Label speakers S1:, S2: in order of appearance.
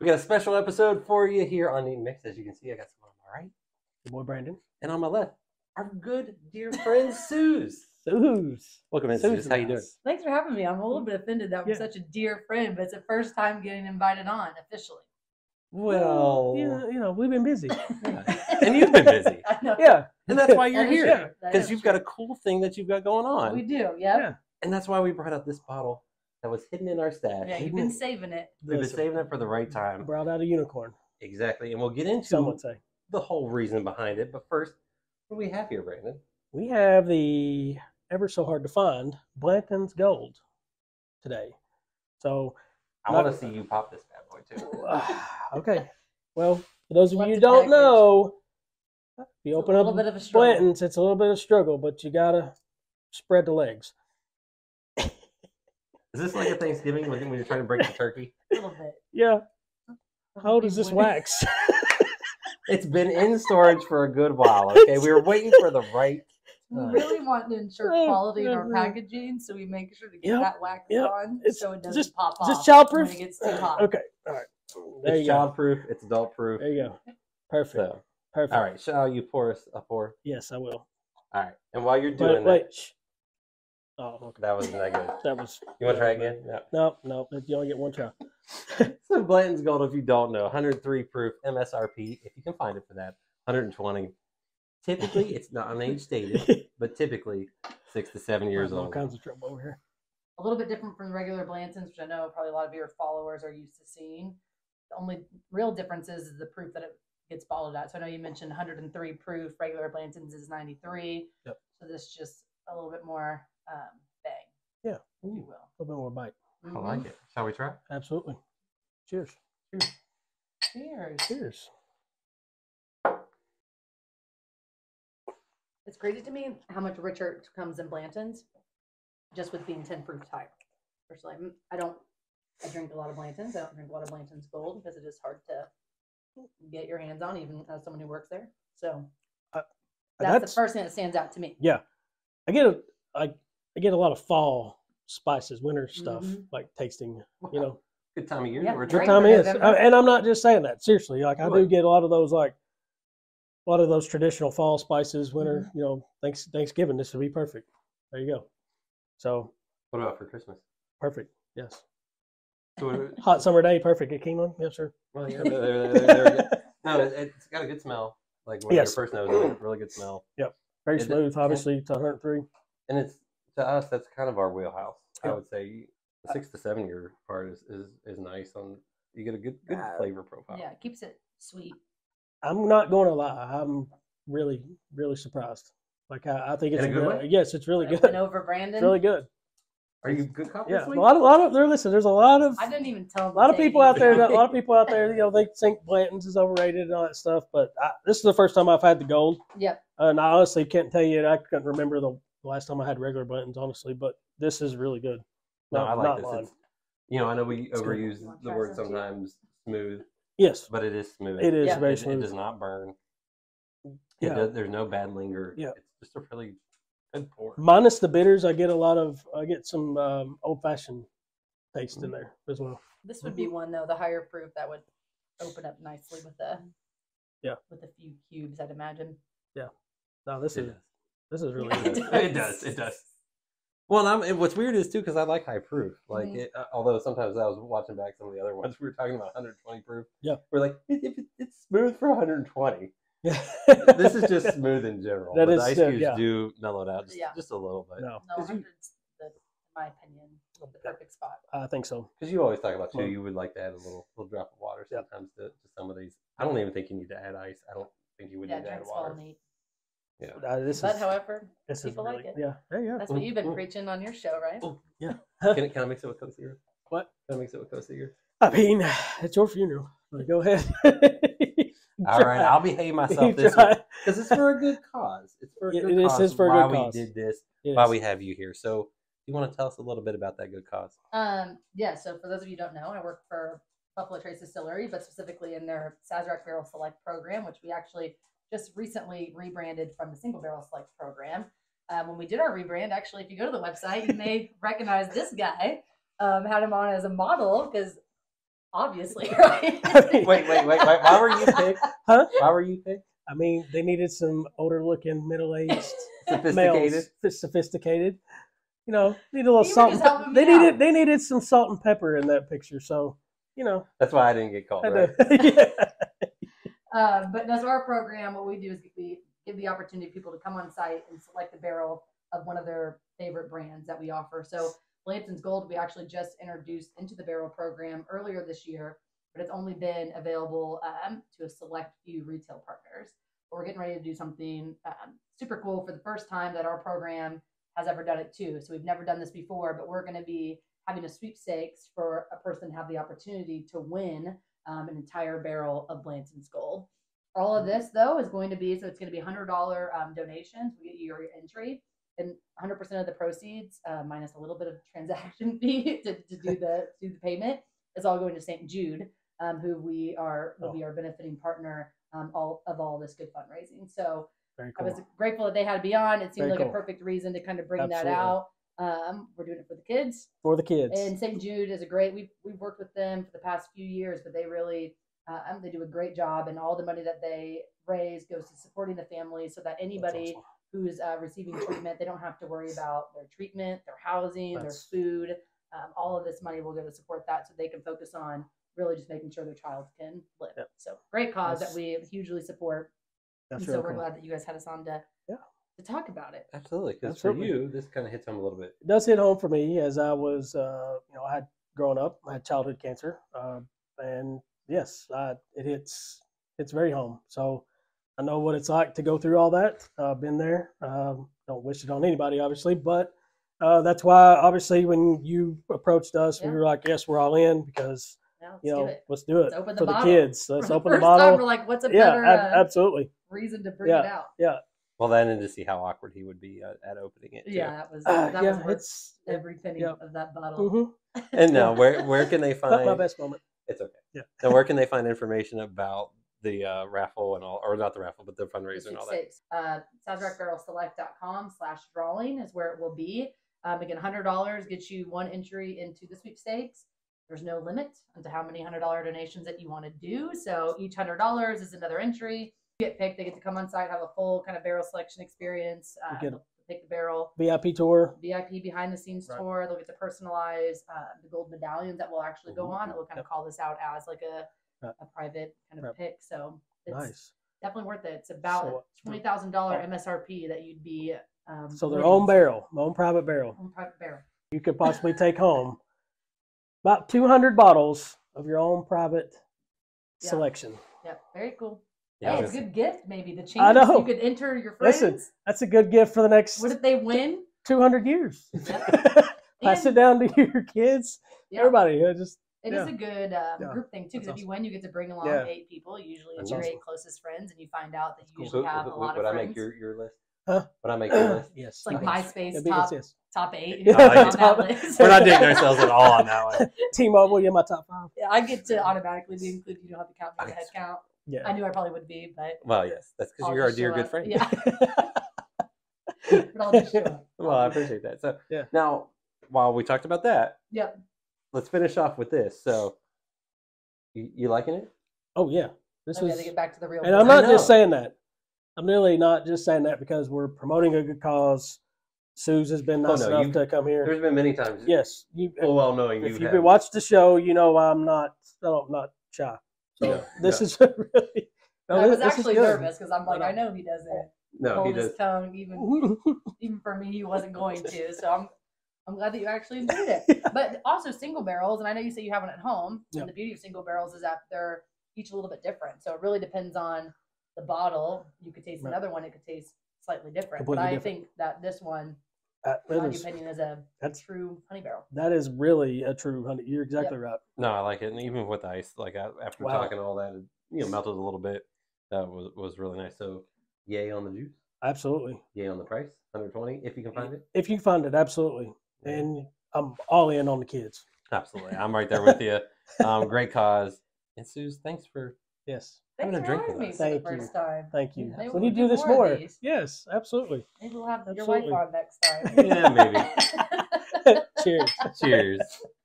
S1: We got a special episode for you here on Neat Mix. As you can see, I got someone on my right, your boy Brandon, and on my left, our good dear friend Suze.
S2: Suze.
S1: Welcome in, Suze. How you doing?
S2: Suze.
S3: Thanks for having me. I'm a little bit offended that we're
S2: Yeah.
S3: such a dear friend, but it's the first time getting invited on officially.
S1: Well,
S2: you know, you know, we've been busy.
S1: And you've been busy.
S3: I know.
S2: Yeah,
S1: and that's why
S3: That
S1: you're
S3: is
S1: here
S3: true. That
S1: because
S3: is
S1: you've
S3: true.
S1: got a cool thing that you've got going on,
S3: We do. Yep.
S2: Yeah.
S3: Yeah.
S1: and that's why we brought out this bottle that was hidden in our stash.
S3: You've
S1: hidden
S3: been
S1: in-
S3: saving it.
S1: We've been
S2: Listen,
S1: saving it for the right time.
S2: Brought out a unicorn.
S1: Exactly, and we'll get into
S2: Some would say
S1: the whole reason behind it. But first, what do we have here, Brandon?
S2: we have the ever so hard to find Blanton's Gold today. So
S1: I
S2: Not-
S1: want to see you pop this bad boy too.
S2: okay. Well, for those of
S3: What's
S2: you who
S3: the
S2: don't
S3: package?
S2: know, if you
S3: It's a
S2: open
S3: little
S2: up
S3: bit of a struggle.
S2: Blanton's, it's a little bit of struggle, but you gotta spread the legs.
S1: Is this like a Thanksgiving when when you're trying to break the turkey?
S3: A little bit.
S2: Yeah. How does this
S3: Big win.
S2: wax?
S1: It's been in storage for a good while. Okay, we were waiting for the right.
S3: We
S1: Uh,
S3: really want to ensure
S2: Oh,
S3: quality in our
S2: mhm.
S3: packaging, so we make sure to get
S2: Yep,
S3: that wax
S2: yep.
S3: on
S2: It's-
S3: so it doesn't
S2: just-
S3: pop
S2: is
S3: off.
S2: this
S3: when
S2: childproof?
S3: It gets too hot.
S2: Okay. All right. There
S1: it's
S2: you go.
S1: child proof. It's adult proof.
S2: There you go. Perfect.
S1: So,
S2: Perfect.
S1: all right, shall you pour us a pour?
S2: Yes, I will.
S1: All right, and while you're
S2: Wait,
S1: doing that,
S2: wait. shh. Oh, okay.
S1: that wasn't that good.
S2: That was
S1: You want to try again? No.
S2: no, no. You only get one try.
S1: So Blanton's Gold, if you don't know, 103 proof MSRP, if you can find it for that, 120. Typically, it's not an age stated, but typically six to seven years
S2: All
S1: old.
S2: kinds of trouble over here.
S3: a little bit different from regular Blantons, which I know probably a lot of your followers are used to seeing. The only real difference is, is the proof that it gets bottled at. So I know you mentioned 103 proof. Regular Blantons is 93.
S2: Yep.
S3: So this just a little bit more um, bang, if you
S2: Ooh,
S3: will.
S2: a little bit more bite.
S1: I like it. Shall we try?
S2: Absolutely. Cheers.
S3: Cheers.
S2: Cheers.
S3: It's crazy to me how much richer it comes in Blantons, just with being 10 proof higher. Personally, I'm- I don't. I drink a lot of Blantons. I don't drink a lot of Blantons Gold because it is hard to get your hands on, even as someone who works there. So that's,
S2: Uh, That's-
S3: the first thing that stands out to me.
S2: Yeah, I get a I I get a lot of fall spices, winter stuff,
S3: Mhm.
S2: like tasting. You know,
S1: Good time of year.
S3: Yeah,
S1: We're
S3: good
S2: good
S3: Right,
S1: drinking.
S2: time
S3: because
S2: is,
S3: then-
S2: I- and I'm not just saying that. Seriously, like I do
S1: Right.
S2: get a lot of those like a lot of those traditional fall spices. Winter, you know, thanks Thanksgiving, this would be perfect. There you go. So
S1: What about for Christmas?
S2: perfect. Yes,
S1: So what-
S2: hot summer day, perfect at Keeneland. Yes, sir.
S1: well, yeah, there- there- there- there we go. No, it- it's got a good smell. Like when
S2: Yes.
S1: your first nose, it's a really good smell.
S2: Very
S1: Is it-
S2: smooth, obviously, to 103.
S1: And it's to us, that's kind of our wheelhouse. I
S2: Yeah.
S1: would say the six to seven year part is is, is nice. On you get a good good
S2: Uh,
S1: flavor profile.
S3: Yeah, it keeps it sweet.
S2: I'm not going to lie. I'm really, really surprised. Like I, I think it's
S1: In a good
S2: really-
S1: way?
S2: yes, it's really
S3: I
S2: good.
S3: went over Brandon.
S2: It's really good.
S1: Are you good cop
S2: Yeah,
S1: this
S2: a
S1: week?
S2: lot of, lot of there. Listen, there's a lot of
S3: I didn't even tell him.
S2: a lot of people out there.
S1: easy.
S2: A lot of people out there. You know, they think Blanton's is overrated and all that stuff. But I, this is the first time I've had the gold, Uh,
S3: Yep.
S2: and I honestly can't tell you. And I couldn't remember the last time I had regular Blanton's, honestly. But this is really good.
S1: No, I like
S2: not
S1: this.
S2: lying.
S1: It's, you know, I know we
S2: good.
S1: overuse
S3: You wanna
S1: the
S3: try
S1: word
S3: some too?
S1: sometimes smooth,
S2: Yes,
S1: but it is smooth.
S2: it is
S3: Yeah.
S2: very
S1: It, it
S2: smooth.
S1: does not burn. It
S2: yeah.
S1: does, there's no bad linger.
S2: Yeah.
S1: It's just a really good pour.
S2: Minus the bitters, I get a lot of. I get some um, old fashioned taste
S1: Mm.
S2: in there as well.
S3: This would be
S2: Mm-hmm.
S3: one though, the higher proof that would open up nicely with the
S2: Yeah.
S3: with a few cubes, I'd imagine.
S2: No, this
S1: It
S2: is
S1: does.
S2: this is really
S3: Yeah.
S2: good.
S1: It does. It does. Well, and I'm, and what's weird is too because I like high proof. Like,
S3: Mhm.
S1: it, uh, although sometimes I was watching back some of the other ones, we were talking about 120 proof.
S2: Yeah.
S1: we're like, it, it, it's smooth for 120.
S2: Yeah.
S1: This is just smooth in general.
S2: That
S1: but
S2: is
S1: the ice
S2: smooth,
S1: cubes
S2: yeah.
S1: do mellow it out just,
S3: Yeah.
S1: just a little bit.
S2: no,
S3: No,
S1: Is you-
S3: 100's the, in my opinion, the perfect spot.
S2: I think so.
S1: Because you always talk about too,
S2: Well-
S1: you would like to add a little little drop of water
S2: Yep.
S1: sometimes to, to some of these. I don't even think you need to add ice. I don't think you would
S3: yeah,
S1: need to add
S3: drinks fall
S1: water.
S3: neat.
S2: Uh, this
S3: But
S2: is
S3: however,
S2: this is
S3: people like
S2: really,
S3: it.
S2: Yeah, yeah, yeah.
S3: that's what
S1: Mm,
S3: you've been
S1: mm.
S3: preaching on your show, right?
S1: Oh.
S2: it.
S1: Can, I- can I mix it with Coke Zero?
S2: What?
S1: Can I mix it with Coke Zero?
S2: I mean, it's your funeral. Like, go ahead.
S1: All right, I'll behave myself this week because it's for a good cause. It's for a
S2: It-
S1: good
S2: it is-
S1: cause.
S2: it's for a
S1: why
S2: good
S1: we
S2: cause.
S1: did this, why
S2: Yes.
S1: we have you here. So, you want to tell us a little bit about that good cause?
S3: Um, yeah, so for those of you who don't know, I work for Buffalo Trace Distillery, but specifically in their Sazerac Barrel Select program, which we actually just recently rebranded from the Single Barrel Select program. Uh, when we did our rebrand, actually, if you go to the website, you may recognize this guy. Um, had him on as a model because obviously, right?
S2: I mean,
S1: Wait, wait, wait, wait. Why were you picked?
S2: Huh?
S1: Why were you picked?
S2: I mean, they needed some older looking middle aged
S1: Sophisticated.
S2: males, f- sophisticated. You know, need a little
S3: You were
S2: salt. and
S3: just
S2: pep-
S3: helping me
S2: They
S3: out.
S2: needed they needed some salt and pepper in that picture. So you know,
S1: That's why I didn't get called.
S2: had
S1: Right?
S2: to- yeah.
S3: Uh, but as our program, what we do is we give the opportunity to people to come on site and select a barrel of one of their favorite brands that we offer. So Blanton's Gold, we actually just introduced into the barrel program earlier this year, but it's only been available um, to a select few retail partners. But we're getting ready to do something um, super cool for the first time that our program has ever done it too. So we've never done this before, but we're going to be having a sweepstakes for a person to have the opportunity to win um, an entire barrel of Blanton's Gold. All
S2: Mm.
S3: of this, though, is going to be so it's going to be hundred dollar um, donations. We get you your entry, and hundred percent of the proceeds, uh, minus a little bit of transaction fee to, to do the do the payment, is all going to St. Jude, um, who we are
S2: Oh.
S3: will be our benefiting partner um, all of all this good fundraising. So
S2: Very
S3: I
S2: cool.
S3: was grateful that they had to be on. It seemed
S2: Very
S3: like
S2: cool.
S3: a perfect reason to kind of bring that
S2: Absolutely.
S3: out. Um, we're doing it for the kids.
S2: For the kids.
S3: And St. Jude is a great. We we've worked with them for the past few years, but they really uh, um, they do a great job, and all the money that they raise goes to supporting the family, so that anybody
S2: awesome.
S3: who's uh, receiving treatment, they don't have to worry about their treatment, their housing,
S2: That's-
S3: their food. Um, all of this money will go to support that, so they can focus on really just making sure their child can live.
S2: Yep.
S3: So great cause
S2: That's-
S3: that we hugely support.
S2: That's
S3: and so
S2: really
S3: we're
S2: cool.
S3: glad that you guys had us on to
S2: Yeah.
S3: to talk about it.
S1: Absolutely, because for
S2: Absolutely.
S1: you, this kind of hits home a little bit.
S2: it does hit home for me as I was, uh, you know, I had growing up, I had childhood cancer, um, and yes, I, it hits hits very home. So I know what it's like to go through all that. uh, been there. Um, don't wish it on anybody, obviously, but uh, that's why, obviously, when you approached us,
S3: Yeah.
S2: we were like, yes, we're all in because
S3: Now let's
S2: you
S3: do
S2: know,
S3: it.
S2: let's do it
S3: Let's open the
S2: for the
S3: bottle.
S2: kids.
S3: For
S2: Let's
S3: the
S2: open the
S3: first time,
S2: bottle.
S3: We're like, what's a
S2: yeah,
S3: better
S2: ab-
S3: uh,
S2: absolutely.
S3: reason to bring it
S2: yeah.
S3: out?
S1: Well, then, and to see how awkward he would be uh, at opening it. too.
S3: Yeah, that was
S2: Uh,
S3: that was
S2: yeah,
S3: worth
S2: it's
S3: every penny
S2: yeah.
S3: of that bottle.
S2: mhm.
S1: Mm-hmm. And now, where where can they
S2: Not
S1: find?
S2: my best moment.
S1: It's okay.
S2: Yeah.
S1: Now, where can they find information about the uh, raffle and all, or not the raffle, but the fundraiser and all that?
S3: Six. Uh, SazeracBarrelSelect.com slash drawing is where it will be. Um, again, hundred dollars gets you one entry into the sweepstakes. There's no limit onto how many hundred dollar donations that you want to do. So each hundred dollars is another entry. You get picked. They get to come on site, have a full kind of barrel selection experience. Uh,
S2: You get-
S3: they'll pick the barrel.
S2: VIP tour.
S3: VIP behind the scenes
S2: Right.
S3: tour. They'll get to personalize uh, the gold medallions that will actually go on. It will kind of
S2: Yep.
S3: call this out as like a,
S2: Right.
S3: a private kind of
S2: Right.
S3: pick. So it's
S2: Nice.
S3: definitely worth it. It's about
S2: So, uh, oh.
S3: a twenty thousand dollar MSRP that you'd be. Um,
S2: So their
S3: winning.
S2: own barrel, my own private barrel.
S3: Own private barrel.
S2: You could possibly take home about 200 bottles of your own private
S3: Yeah.
S2: selection.
S3: Yep, very cool.
S1: Yeah,
S3: hey,
S1: I was
S3: it's a
S1: gonna
S3: good gift maybe. The chance
S2: know.
S3: you could enter your friends.
S2: Listen, That's a good gift for the next
S3: What if they win?
S2: 200 years. Pass it
S3: And-
S2: down to your kids,
S3: yeah,
S2: everybody. you know, Just
S3: It is
S2: yeah.
S3: a good um,
S2: Yeah,
S3: group thing too. Because
S2: that's
S3: if you win, you get to bring along
S2: Yeah.
S3: eight people. Usually,
S1: That's
S3: it's your
S2: awesome.
S3: eight closest friends, and you find out that you
S1: say.
S3: usually
S1: Who-
S3: have
S1: who-
S3: a lot
S1: would
S3: of
S1: I
S3: friends.
S1: make your, your list?
S2: Huh?
S1: Would I make your list?
S2: yes,
S3: It's like
S2: nice.
S3: MySpace
S2: Yeah, because,
S3: top
S2: yes.
S3: top eight.
S2: Yeah,
S3: who's on that
S2: top-
S3: list.
S1: We're not dating ourselves at all on that one.
S2: T-Mobile, you're my top five.
S3: Yeah, I get to automatically be included. You don't have to count me as a head count.
S2: Yeah,
S3: I knew I probably would be, but
S1: Well, Oh, yes, that's because
S3: I'll
S1: you're our
S3: just
S1: dear
S3: show
S1: good
S3: up.
S1: friend.
S3: Yeah. but I'll just show up.
S1: Well, I appreciate that. So
S2: Yeah.
S1: now, while we talked about that,
S3: Yep.
S1: let's finish off with this. So, you, you liking it?
S2: Oh yeah, this
S3: I
S2: was.
S3: gotta get back to the real.
S2: And I'm
S1: I
S2: not just
S1: know.
S2: saying that. I'm really not just saying that because we're promoting a good cause. Suze has been
S1: Oh,
S2: nice
S1: no,
S2: enough
S1: you-
S2: to come here.
S1: There's been many times.
S2: Yes, you,
S1: Full well knowing
S2: if
S1: you
S2: you've
S1: have.
S2: been watched the show, you know I'm not. No, I'm not shy. So
S1: No,
S2: this
S1: no.
S2: is really. no,
S3: I
S2: thi-
S3: was
S2: this is
S3: actually
S2: good.
S3: nervous because I'm like,
S2: No,
S3: I know he doesn't
S1: no, he
S3: hold his
S1: does.
S3: tongue. Even even for me, he wasn't going to. So I'm I'm glad that you actually enjoyed it. But also single barrels, and I know you say you have one at home.
S2: Yeah.
S3: And the beauty of single barrels is that they're each a little bit different. So it really depends on the bottle. You could taste
S2: Right.
S3: another one; it could taste slightly different.
S2: Completely
S3: but I
S2: different.
S3: think that this one,
S2: Uh,
S3: in my
S2: that, is,
S3: opinion, is a
S2: that's-
S3: true honey barrel.
S2: that is really a true honey. You're exactly right.
S1: No, I like it. And even with ice, like I, after
S2: Wow.
S1: talking all that, it, you know, melted a little bit. That was was really nice. So, yay on the juice.
S2: Absolutely.
S1: Yay on the price. 120 if you can find it.
S2: If you find it, absolutely. And I'm all in on the kids.
S1: Absolutely, I'm right there with you. Um, great cause. And Suze, thanks for
S2: Yes.
S1: Having
S3: Thanks
S1: a
S3: for
S1: drink
S3: having
S1: with
S3: me
S1: us.
S3: for the
S2: Thank you.
S3: first time.
S2: Thank you. we
S3: Maybe we'll
S2: need to do
S3: do
S2: this
S3: more
S2: more.
S3: of these.
S2: Yes, absolutely.
S3: Maybe we'll have your
S2: Absolutely.
S3: wife on next time.
S1: yeah maybe.
S2: Cheers.
S1: Cheers.